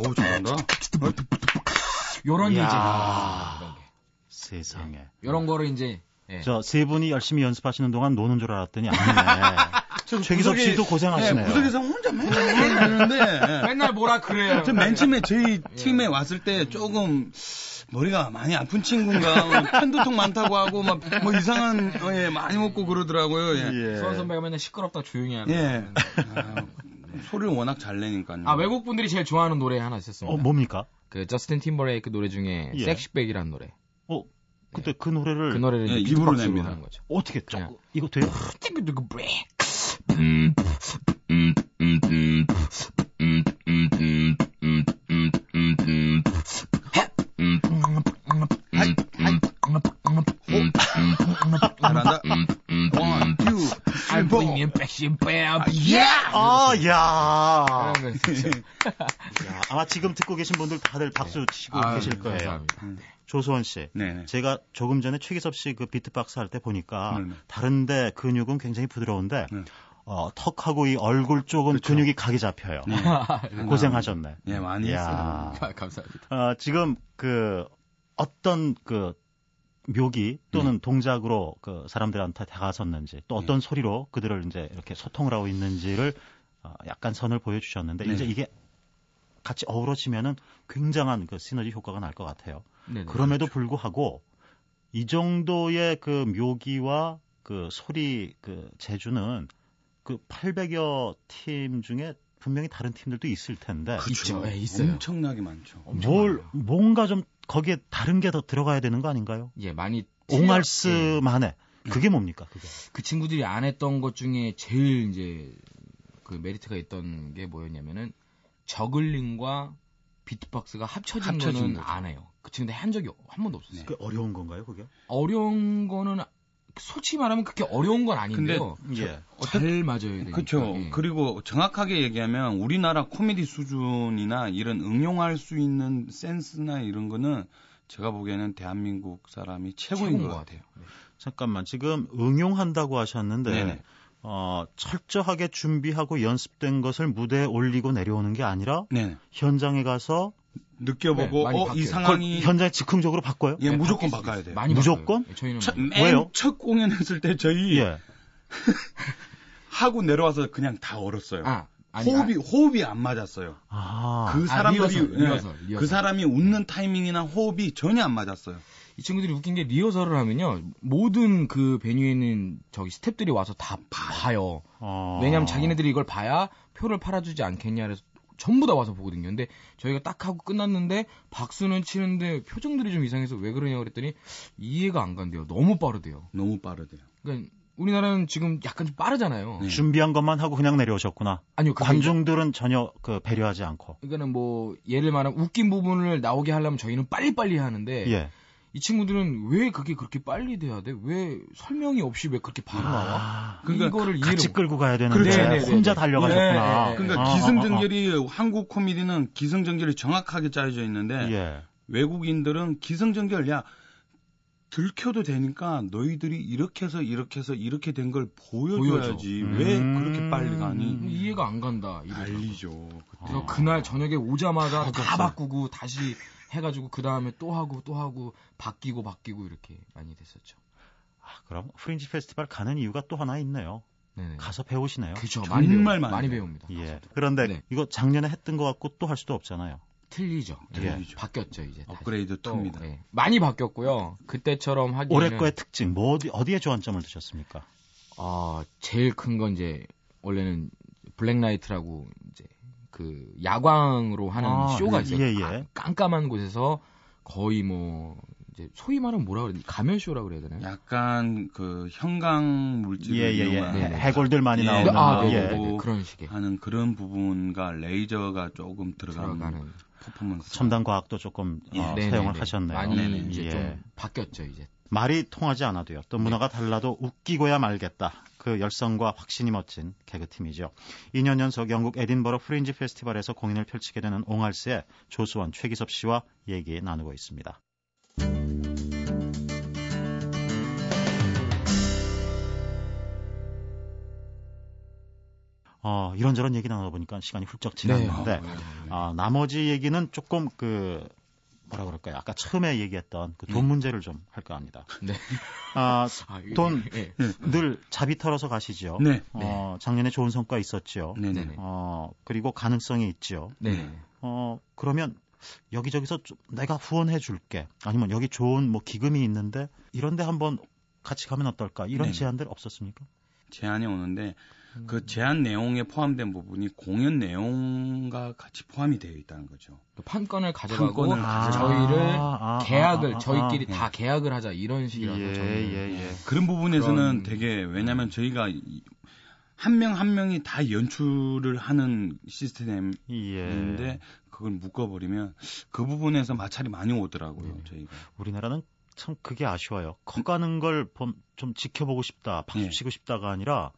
Speaker 2: 오,
Speaker 4: 네.
Speaker 2: 잘한다.
Speaker 3: 요런
Speaker 4: 이야.
Speaker 3: 이제 이런 게.
Speaker 4: 세상에.
Speaker 3: 요런 거를 이제 예.
Speaker 4: 저 세 분이 열심히 연습하시는 동안 노는 줄 알았더니 아니네. 최기섭 씨도
Speaker 2: 네,
Speaker 4: 고생하시네요.
Speaker 2: 구석에서 혼자 맨날 하는데.
Speaker 3: 맨날 뭐라 그래요.
Speaker 2: 저 맨 처음에 저희 팀에 왔을 때 조금 머리가 많이 아픈 친구인가 뭐 편두통 많다고 하고 막 뭐 이상한 어, 예, 많이 먹고 그러더라고요. 예.
Speaker 4: 예.
Speaker 3: 수원 선배가 맨날 시끄럽다 조용히 하는.
Speaker 2: 예. 아, 소리를 워낙 잘 내니까요.
Speaker 3: 아 외국 분들이 제일 좋아하는 노래 하나 있었습니다.
Speaker 4: 어, 뭡니까?
Speaker 3: 그 저스틴 팀버레이크 노래 중에
Speaker 4: 예.
Speaker 3: 섹시백이라는 노래.
Speaker 4: 어, 그때 그 노래를
Speaker 3: 그 노래를
Speaker 2: 예,
Speaker 3: 이제
Speaker 2: 입으로
Speaker 3: 비트박스로
Speaker 2: 냅니다.
Speaker 3: 하는 거죠.
Speaker 4: 어떻게
Speaker 3: 그냥.
Speaker 4: 조 이거 돼요?
Speaker 2: 잘한다. 음, 원, 투,
Speaker 3: I'm
Speaker 2: 쓰리, 포.
Speaker 3: bringing back your bell.
Speaker 2: 예!
Speaker 4: 아, 야.
Speaker 3: 그런 거 있었죠.
Speaker 4: 야, 아마 지금 듣고 계신 분들 다들 박수 치고
Speaker 3: 아유, 네.
Speaker 4: 계실 거예요.
Speaker 3: 감사합니다.
Speaker 4: 조소원 씨.
Speaker 2: 네, 네.
Speaker 4: 제가 조금 전에 최기섭 씨 그 비트박스 할 때 보니까
Speaker 2: 네, 네.
Speaker 4: 다른데 근육은 굉장히 부드러운데
Speaker 2: 네.
Speaker 4: 어, 턱하고 이 얼굴 쪽은 근육이 각이 잡혀요.
Speaker 2: 네.
Speaker 4: 고생하셨네.
Speaker 2: 예, 많이
Speaker 4: 이야.
Speaker 2: 했어요.
Speaker 3: 아, 감사합니다.
Speaker 4: 아, 지금 그 어떤 그 묘기 또는 동작으로 그 사람들한테 다가섰는지 또 어떤 소리로 그들을 이제 이렇게 소통을 하고 있는지를 어, 약간 선을 보여주셨는데
Speaker 2: 네.
Speaker 4: 이제 이게 같이 어우러지면은 굉장한 그 시너지 효과가 날 것 같아요.
Speaker 3: 네네.
Speaker 4: 그럼에도 불구하고 이 정도의 그 묘기와 그 소리 그 재주는 그 800여 팀 중에 분명히 다른 팀들도 있을 텐데
Speaker 3: 있죠. 예, 있어요.
Speaker 2: 엄청나게 많죠.
Speaker 3: 엄청
Speaker 4: 뭘
Speaker 3: 많아요.
Speaker 4: 뭔가 좀 거기에 다른 게 더 들어가야 되는 거 아닌가요?
Speaker 3: 예, 많이 예,
Speaker 4: 옹알스만의 그게 뭡니까 그게?
Speaker 3: 그 친구들이 안 했던 것 중에 제일 이제 그 메리트가 있던 게 뭐였냐면은 저글링과 비트박스가 합쳐진,
Speaker 2: 합쳐진
Speaker 3: 거는
Speaker 2: 거죠. 네.
Speaker 3: 안 해요. 그 친구들 한 적이 한 번도 없었어요.
Speaker 4: 그 어려운 건가요 그게?
Speaker 3: 어려운 거는 솔직히 말하면 그렇게 어려운 건 아닌데요.
Speaker 4: 예.
Speaker 3: 잘 맞아야 되니까.
Speaker 2: 그렇죠.
Speaker 3: 예.
Speaker 2: 그리고 정확하게 얘기하면 우리나라 코미디 수준이나 이런 응용할 수 있는 센스나 이런 거는 제가 보기에는 대한민국 사람이 최고인 것 같아요.
Speaker 3: 네.
Speaker 4: 잠깐만 지금 응용한다고 하셨는데
Speaker 2: 네네.
Speaker 4: 어, 철저하게 준비하고 연습된 것을 무대에 올리고 내려오는 게 아니라
Speaker 2: 네.
Speaker 4: 현장에 가서
Speaker 3: 네,
Speaker 2: 느껴보고
Speaker 3: 많이
Speaker 2: 어,
Speaker 3: 바뀌어요. 네,
Speaker 2: 이
Speaker 4: 그걸
Speaker 2: 상황이
Speaker 4: 현장에 즉흥적으로 바꿔요?
Speaker 2: 예,
Speaker 3: 바뀔
Speaker 2: 무조건
Speaker 3: 수
Speaker 2: 바꿔야
Speaker 3: 있어요.
Speaker 2: 돼요.
Speaker 3: 많이
Speaker 4: 무조건?
Speaker 3: 바꿔요. 예, 저희는
Speaker 2: 첫,
Speaker 3: 많이.
Speaker 4: 왜요?
Speaker 2: 맨 첫 공연했을 때 저희
Speaker 4: 예.
Speaker 2: 하고 내려와서 그냥 다 얼었어요.
Speaker 3: 아, 아니,
Speaker 2: 호흡이 호흡이 안 맞았어요.
Speaker 4: 아.
Speaker 2: 그 사람들이
Speaker 3: 리허설,
Speaker 2: 예,
Speaker 3: 리허설, 리허설.
Speaker 2: 그 사람이 웃는 타이밍이나 호흡이 전혀 안 맞았어요.
Speaker 3: 이 친구들이 웃긴 게 리허설을 하면요 모든 그 베뉴에 있는 저기 스탭들이 와서 다 봐요.
Speaker 2: 아.
Speaker 4: 어.
Speaker 3: 왜냐면 자기네들이 이걸 봐야 표를 팔아주지 않겠냐 그래서 전부 다 와서 보거든요. 근데 저희가 딱 하고 끝났는데 박수는 치는데 표정들이 좀 이상해서 왜 그러냐 그랬더니 이해가 안 간대요. 너무 빠르대요.
Speaker 2: 너무 빠르대요.
Speaker 3: 그러니까 우리나라는 지금 약간 좀 빠르잖아요.
Speaker 2: 네.
Speaker 4: 준비한 것만 하고 그냥 내려오셨구나.
Speaker 3: 아니요, 그게
Speaker 4: 관중들은 전혀 그 배려하지 않고.
Speaker 3: 그러니까는 뭐 예를 말하면 웃긴 부분을 나오게 하려면 저희는 빨리빨리 하는데
Speaker 4: 예.
Speaker 3: 이 친구들은 왜 그게 그렇게 빨리 돼야 돼? 왜 설명이 없이 왜 그렇게 바로 나와?
Speaker 4: 아,
Speaker 2: 그러니까
Speaker 3: 이거를 이해를
Speaker 4: 같이
Speaker 3: 못-
Speaker 4: 끌고 가야 되는데
Speaker 2: 그렇죠.
Speaker 3: 네, 네, 네,
Speaker 4: 혼자
Speaker 3: 네.
Speaker 4: 달려가셨구나.
Speaker 3: 네, 네, 네.
Speaker 2: 그러니까
Speaker 4: 아, 아,
Speaker 2: 기승전결이 한국 코미디는 기승전결이 정확하게 짜여져 있는데
Speaker 4: 아, 아.
Speaker 3: 네.
Speaker 4: 예.
Speaker 2: 외국인들은 기승전결 야 들켜도 되니까 너희들이 이렇게 해서 이렇게 해서 이렇게 된 걸 보여줘야지
Speaker 4: 보여줘.
Speaker 2: 왜
Speaker 4: 음.
Speaker 2: 그렇게 빨리 가니
Speaker 4: 음.
Speaker 3: 이해가 안 간다. 이래서.
Speaker 2: 난리죠 그때.
Speaker 3: 그래서
Speaker 4: 아.
Speaker 3: 그날 저녁에 오자마자 다
Speaker 2: 바꿨어요.
Speaker 3: 바꾸고 다시 해가지고 그 다음에 또 하고 또 하고 바뀌고 바뀌고 이렇게 많이 됐었죠.
Speaker 4: 아, 그럼 프린지 페스티벌 가는 이유가 또 하나 있네요.
Speaker 3: 네네.
Speaker 4: 가서 배우시네요.
Speaker 3: 그죠.
Speaker 2: 정말
Speaker 3: 많이 배우, 많이,
Speaker 2: 많이
Speaker 3: 많이
Speaker 2: 배워요.
Speaker 3: 배웁니다.
Speaker 4: 예.
Speaker 3: 가서도.
Speaker 4: 그런데
Speaker 3: 네.
Speaker 4: 이거 작년에 했던 것 같고 또 할 수도 없잖아요.
Speaker 3: 틀리죠. 예.
Speaker 2: 틀리죠.
Speaker 3: 바뀌었죠 이제. 다시.
Speaker 2: 업그레이드
Speaker 3: 또,
Speaker 2: 톱니다
Speaker 3: 예. 많이 바뀌었고요. 그때처럼 하기
Speaker 4: 올해 거의 특징 뭐 어디, 어디에 주안점을 두셨습니까?
Speaker 3: 아, 제일 큰 건 이제 원래는 블랙라이트라고 이제 그 야광으로 하는
Speaker 4: 아,
Speaker 3: 쇼가
Speaker 4: 예,
Speaker 3: 있어요.
Speaker 4: 예, 예.
Speaker 3: 아, 깜깜한 곳에서 거의 뭐 이제 소위 말하면 뭐라 그래야 되나? 가면 쇼라고 그래야
Speaker 4: 아,
Speaker 3: 되나요?
Speaker 2: 약간 그 형광 물질을
Speaker 4: 예예예.
Speaker 2: 이용한
Speaker 3: 네, 네.
Speaker 4: 해골들 많이
Speaker 2: 예.
Speaker 4: 나오는
Speaker 3: 아,
Speaker 4: 거.
Speaker 3: 네,
Speaker 4: 예.
Speaker 3: 네, 네, 그런 식의
Speaker 2: 하는 그런 부분과 레이저가 조금 들어가는,
Speaker 3: 들어가는
Speaker 2: 퍼포먼스
Speaker 4: 첨단 과학도 조금
Speaker 2: 예.
Speaker 4: 어,
Speaker 3: 네네네.
Speaker 4: 사용을 하셨네요.
Speaker 3: 많이
Speaker 2: 네네.
Speaker 3: 이제
Speaker 4: 예.
Speaker 3: 좀 바뀌었죠 이제.
Speaker 4: 말이 통하지 않아도요. 또 문화가 달라도 웃기고야 말겠다. 그 열성과 확신이 멋진 개그팀이죠. 2년 연속 영국 에딘버러 프린지 페스티벌에서 공연을 펼치게 되는 옹알스의 조수원 최기섭 씨와 얘기 나누고 있습니다. 어, 이런저런 얘기 나눠보니까 시간이 훌쩍 지났는데
Speaker 2: 네.
Speaker 4: 아, 나머지 얘기는 조금 그 뭐라 그럴까요? 아까 처음에 얘기했던 그 돈 문제를 좀 할까 합니다.
Speaker 3: 네.
Speaker 4: 아,
Speaker 3: 아, 이게-
Speaker 4: 돈.
Speaker 3: 예.
Speaker 4: 늘 자비 털어서 가시죠.
Speaker 2: 네.
Speaker 4: 어, 작년에 좋은 성과 있었지요.
Speaker 2: 네네
Speaker 3: 네네.
Speaker 4: 어, 그리고 가능성이 있지요.
Speaker 3: 네.
Speaker 4: 어, 그러면 여기저기서 좀 내가 후원해 줄게. 아니면 여기 좋은 뭐 기금이 있는데 이런데 한번 같이 가면 어떨까? 이런
Speaker 2: 네네.
Speaker 4: 제안들 없었습니까?
Speaker 2: 제안이 오는데 그 제안 내용에 포함된 부분이 공연 내용과 같이 포함이 되어 있다는 거죠.
Speaker 3: 판권을 가져가고
Speaker 2: 판권을 가져가고.
Speaker 3: 저희를
Speaker 4: 아, 아,
Speaker 3: 계약을
Speaker 4: 아, 아,
Speaker 3: 저희끼리
Speaker 2: 아, 아.
Speaker 3: 다 계약을 하자 이런
Speaker 4: 예,
Speaker 3: 식이라서 저희는
Speaker 4: 예, 예.
Speaker 2: 그런 부분에서는
Speaker 3: 그런- 네.
Speaker 2: 되게 왜냐하면 저희가 한 명 한 명이 다 연출을 하는 시스템인데
Speaker 3: 네.
Speaker 4: 예.
Speaker 2: 그걸 묶어버리면 그 부분에서 마찰이 많이 오더라고요.
Speaker 3: 네네.
Speaker 2: 저희가
Speaker 4: 우리나라는 참 그게 아쉬워요. 커가는 걸 좀 지켜보고 싶다,
Speaker 3: 네.
Speaker 4: 박수
Speaker 2: 예.
Speaker 4: 치고 싶다가 아니라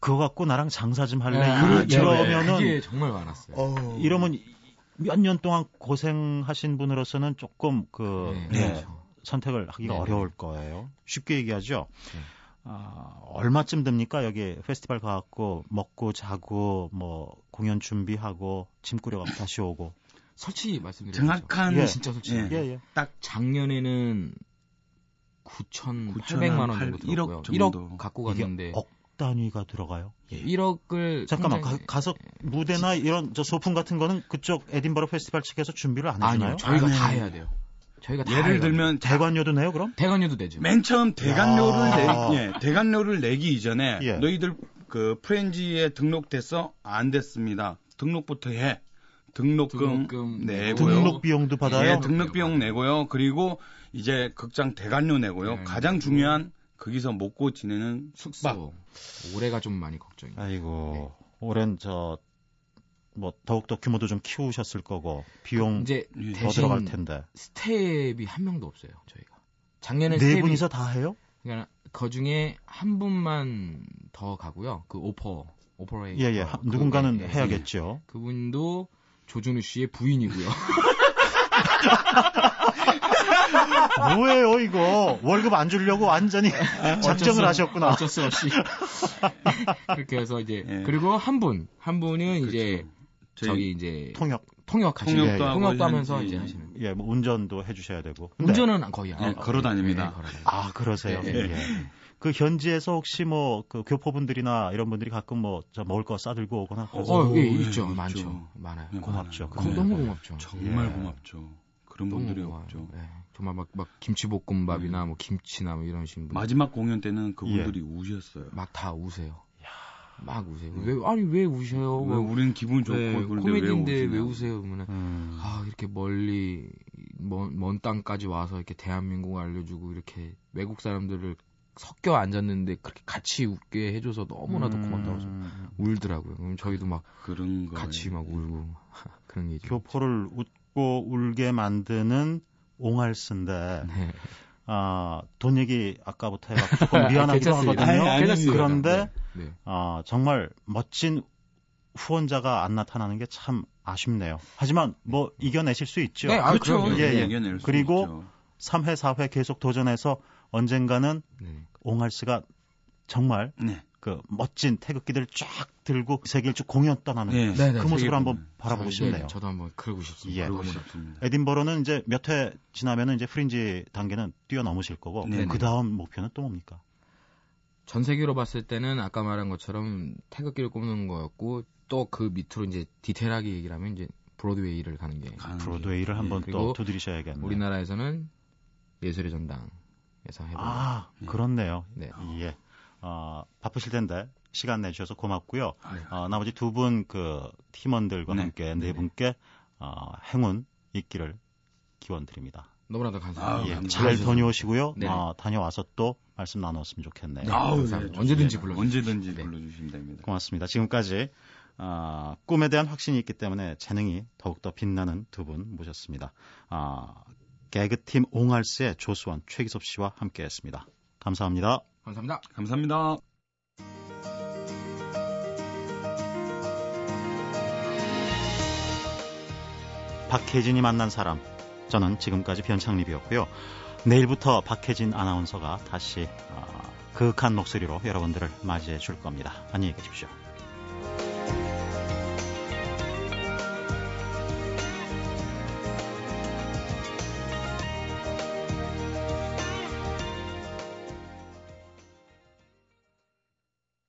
Speaker 4: 그거 갖고 나랑 장사 좀 할래.
Speaker 3: 아,
Speaker 4: 이러,
Speaker 3: 네, 네.
Speaker 4: 이러면은
Speaker 3: 그게 정말 많았어요.
Speaker 4: 이러면 몇 년 동안 고생하신 분으로서는 조금 그
Speaker 2: 네.
Speaker 3: 그렇죠.
Speaker 4: 선택을 하기가
Speaker 3: 네.
Speaker 4: 어려울 거예요. 쉽게 얘기하죠.
Speaker 3: 네.
Speaker 4: 아, 얼마쯤 됩니까? 여기 페스티벌 가갖고 먹고 자고 뭐 공연 준비하고 짐 꾸려갖고 다시 오고.
Speaker 3: 솔직히 말씀드리면
Speaker 2: 정확한
Speaker 3: 네,
Speaker 4: 예.
Speaker 3: 그렇죠. 진짜 솔직히
Speaker 2: 예.
Speaker 4: 예예.
Speaker 3: 작년에는 9,800만 원 정도
Speaker 2: 9,800,
Speaker 3: 들었고요.
Speaker 2: 1억 정도.
Speaker 3: 1억 갖고
Speaker 4: 이게
Speaker 3: 갔는데
Speaker 4: 억 단위가 들어가요.
Speaker 3: 1억을
Speaker 4: 잠깐만 가, 서 무대나 이런 저 소품 같은 거는 그쪽 에딘버러 페스티벌 측에서 준비를 안 해주나요?
Speaker 3: 아니요 저희가
Speaker 2: 안 해요.
Speaker 3: 다 해야 돼요. 저희가 다
Speaker 2: 예를
Speaker 3: 해야 돼요.
Speaker 2: 들면
Speaker 4: 대관료도 내요 그럼?
Speaker 3: 대관료도 되죠.
Speaker 2: 맨 처음 대관료를
Speaker 4: 아.
Speaker 2: 내, 예, 대관료를 내기 이전에
Speaker 4: 예.
Speaker 2: 너희들 그 프렌지에 등록됐어? 안 됐습니다. 등록부터 해. 등록금,
Speaker 3: 등록금
Speaker 2: 내고요.
Speaker 3: 뭐요?
Speaker 4: 등록 비용도 받아요.
Speaker 2: 예, 등록 비용 내고요. 그리고 이제 극장 대관료 내고요.
Speaker 3: 네,
Speaker 2: 가장
Speaker 3: 네.
Speaker 2: 중요한 거기서 먹고 지내는 숙박.
Speaker 3: 숙소 올해가 좀 많이 걱정이에요.
Speaker 4: 아이고
Speaker 3: 네.
Speaker 4: 올해는 저뭐 더욱더 규모도 좀 키우셨을 거고 비용
Speaker 3: 이제
Speaker 2: 예.
Speaker 4: 음, 더
Speaker 3: 대신
Speaker 4: 들어갈 텐데
Speaker 3: 스텝이 한 명도 없어요. 저희가 작년에
Speaker 4: 네
Speaker 3: 스텝이
Speaker 4: 분이서 다 해요?
Speaker 3: 그러니까 그 중에 한 분만 더 가고요. 그 오퍼 오퍼레이터
Speaker 4: 예예 하-
Speaker 3: 그분,
Speaker 4: 누군가는
Speaker 3: 예, 예.
Speaker 4: 해야겠죠.
Speaker 3: 그분도 조준우 씨의 부인이고요.
Speaker 4: 아, 뭐예요 이거 월급 안 주려고 완전히 작정을 하셨구나.
Speaker 3: 어쩔 수 없이 그렇게 해서 이제
Speaker 2: 예. 그렇죠.
Speaker 3: 그리고 한 분 한 분은 이제 저기 이제
Speaker 4: 통역
Speaker 3: 통역 하시는
Speaker 4: 통역도
Speaker 2: 하고
Speaker 3: 통역도 하면서
Speaker 2: 이제
Speaker 3: 이제
Speaker 2: 예.
Speaker 3: 하시는
Speaker 4: 예, 뭐 운전도 해주셔야 되고 근데-
Speaker 3: 운전은 거의 안
Speaker 2: 예,
Speaker 3: 하고.
Speaker 2: 걸어 다닙니다.
Speaker 3: 예, 걸어 다니고.
Speaker 4: 아 그러세요.
Speaker 3: 예,
Speaker 4: 예. 그 현지에서 혹시 뭐 그 교포분들이나 이런 분들이 가끔 뭐 저 먹을 거 싸들고 오거나 그래서
Speaker 3: 어, 예,
Speaker 2: 오, 예,
Speaker 3: 있죠.
Speaker 2: 있죠.
Speaker 3: 많죠. 많아요. 그
Speaker 2: 예,
Speaker 4: 고맙죠.
Speaker 2: 많아요.
Speaker 4: 네.
Speaker 3: 너무 고맙죠.
Speaker 2: 정말
Speaker 4: 예.
Speaker 2: 고맙죠. 그런
Speaker 3: 음, 너무
Speaker 2: 분들이
Speaker 3: 고마워요.
Speaker 2: 없죠. 예.
Speaker 3: 예. 정말 막, 막 김치볶음밥이나 뭐 김치나 뭐 이런 식으로
Speaker 2: 마지막 공연 때는
Speaker 3: 예.
Speaker 2: 그분들이 우셨어요.
Speaker 3: 막다 우세요. 막 우세요. 왜 아니 왜 우셔요?
Speaker 2: 왜 우리는 기분 좋고
Speaker 3: 네,
Speaker 2: 그런데 왜
Speaker 3: 코미디인데 왜,
Speaker 2: 우시냐.
Speaker 3: 우세요? 그러면
Speaker 4: 음,
Speaker 3: 아 이렇게 멀리 먼, 먼 땅까지 와서 이렇게 대한민국 알려주고 이렇게 외국 사람들을 섞여 앉았는데 그렇게 같이 웃게 해줘서 너무나도 고맙다고 해서
Speaker 4: 음.
Speaker 3: 울더라고요. 그럼 저희도 막
Speaker 2: 그런 거
Speaker 3: 같이 막 울고 그런 게 있죠.
Speaker 4: 교포를 웃고 울게 만드는 옹알스인데
Speaker 3: 네.
Speaker 4: 아, 돈 얘기 아까부터 해가 조금 미안하기도
Speaker 3: 괜찮습니다.
Speaker 4: 하거든요.
Speaker 2: 아니, 아닙니다.
Speaker 4: 그런데
Speaker 3: 네.
Speaker 4: 아, 정말 멋진 후원자가 안 나타나는 게 참 아쉽네요. 하지만 뭐 이겨내실 수 있죠.
Speaker 3: 네, 아,
Speaker 2: 그렇죠.
Speaker 3: 그럼요.
Speaker 4: 예, 예.
Speaker 2: 이겨낼 수
Speaker 4: 그리고
Speaker 2: 있죠.
Speaker 4: 3회, 4회 계속 도전해서 언젠가는
Speaker 3: 네.
Speaker 4: 옹알스가 정말
Speaker 2: 네.
Speaker 4: 그 멋진 태극기들을 쫙 들고 세계를 쭉 공연 떠나는
Speaker 2: 네.
Speaker 3: 네, 네.
Speaker 4: 그 모습을
Speaker 2: 세계
Speaker 4: 한번
Speaker 2: 공연.
Speaker 4: 바라보고
Speaker 3: 저도-
Speaker 4: 싶네요.
Speaker 3: 예, 저도 한번 그러고 싶습니다.
Speaker 4: 예.
Speaker 2: 그러고
Speaker 3: 너무나.
Speaker 2: 싶습니다.
Speaker 4: 에딘버러는 이제 몇 회 지나면은 이제 프린지 단계는 뛰어넘으실 거고
Speaker 2: 네네.
Speaker 4: 그 다음 목표는 또 뭡니까?
Speaker 3: 전 세계로 봤을 때는 아까 말한 것처럼 태극기를 꼽는 거였고 또 그 밑으로 이제 디테일하게 얘기를 하면 이제 브로드웨이를 가는 게
Speaker 4: 네.
Speaker 2: 가는
Speaker 4: 브로드웨이를 한번
Speaker 3: 아, 예,
Speaker 4: 또
Speaker 3: 그리고
Speaker 4: 두드리셔야겠네요.
Speaker 3: 우리나라에서는 예술의 전당에서 해보는
Speaker 4: 아
Speaker 2: 예.
Speaker 4: 그렇네요.
Speaker 3: 네.
Speaker 4: 예. 어, 바쁘실 텐데 시간 내주셔서 고맙고요.
Speaker 2: 아유.
Speaker 4: 어, 나머지 두 분 그 팀원들과
Speaker 2: 네.
Speaker 4: 함께 네
Speaker 3: 네네.
Speaker 4: 분께 어, 행운 있기를 기원드립니다.
Speaker 3: 너무나도
Speaker 2: 아우,
Speaker 3: 감사합니다.
Speaker 4: 예,
Speaker 2: 감사합니다.
Speaker 4: 잘 다녀오시고요.
Speaker 3: 네.
Speaker 4: 어, 다녀와서 또 말씀 나눴으면 좋겠네요.
Speaker 2: 아우,
Speaker 3: 감사합니다.
Speaker 2: 예, 좋습니다.
Speaker 3: 언제든지 불러주십시오.
Speaker 2: 언제든지
Speaker 3: 네.
Speaker 2: 불러주시면 됩니다.
Speaker 4: 고맙습니다. 지금까지 아, 꿈에 대한 확신이 있기 때문에 재능이 더욱더 빛나는 두 분 모셨습니다. 아, 개그팀 옹알스의 조수원 최기섭 씨와 함께했습니다. 감사합니다.
Speaker 3: 감사합니다.
Speaker 2: 감사합니다.
Speaker 4: 박혜진이 만난 사람. 저는 지금까지 변창립이었고요. 내일부터 박혜진 아나운서가 다시 아, 그윽한 목소리로 여러분들을 맞이해 줄 겁니다. 안녕히 계십시오.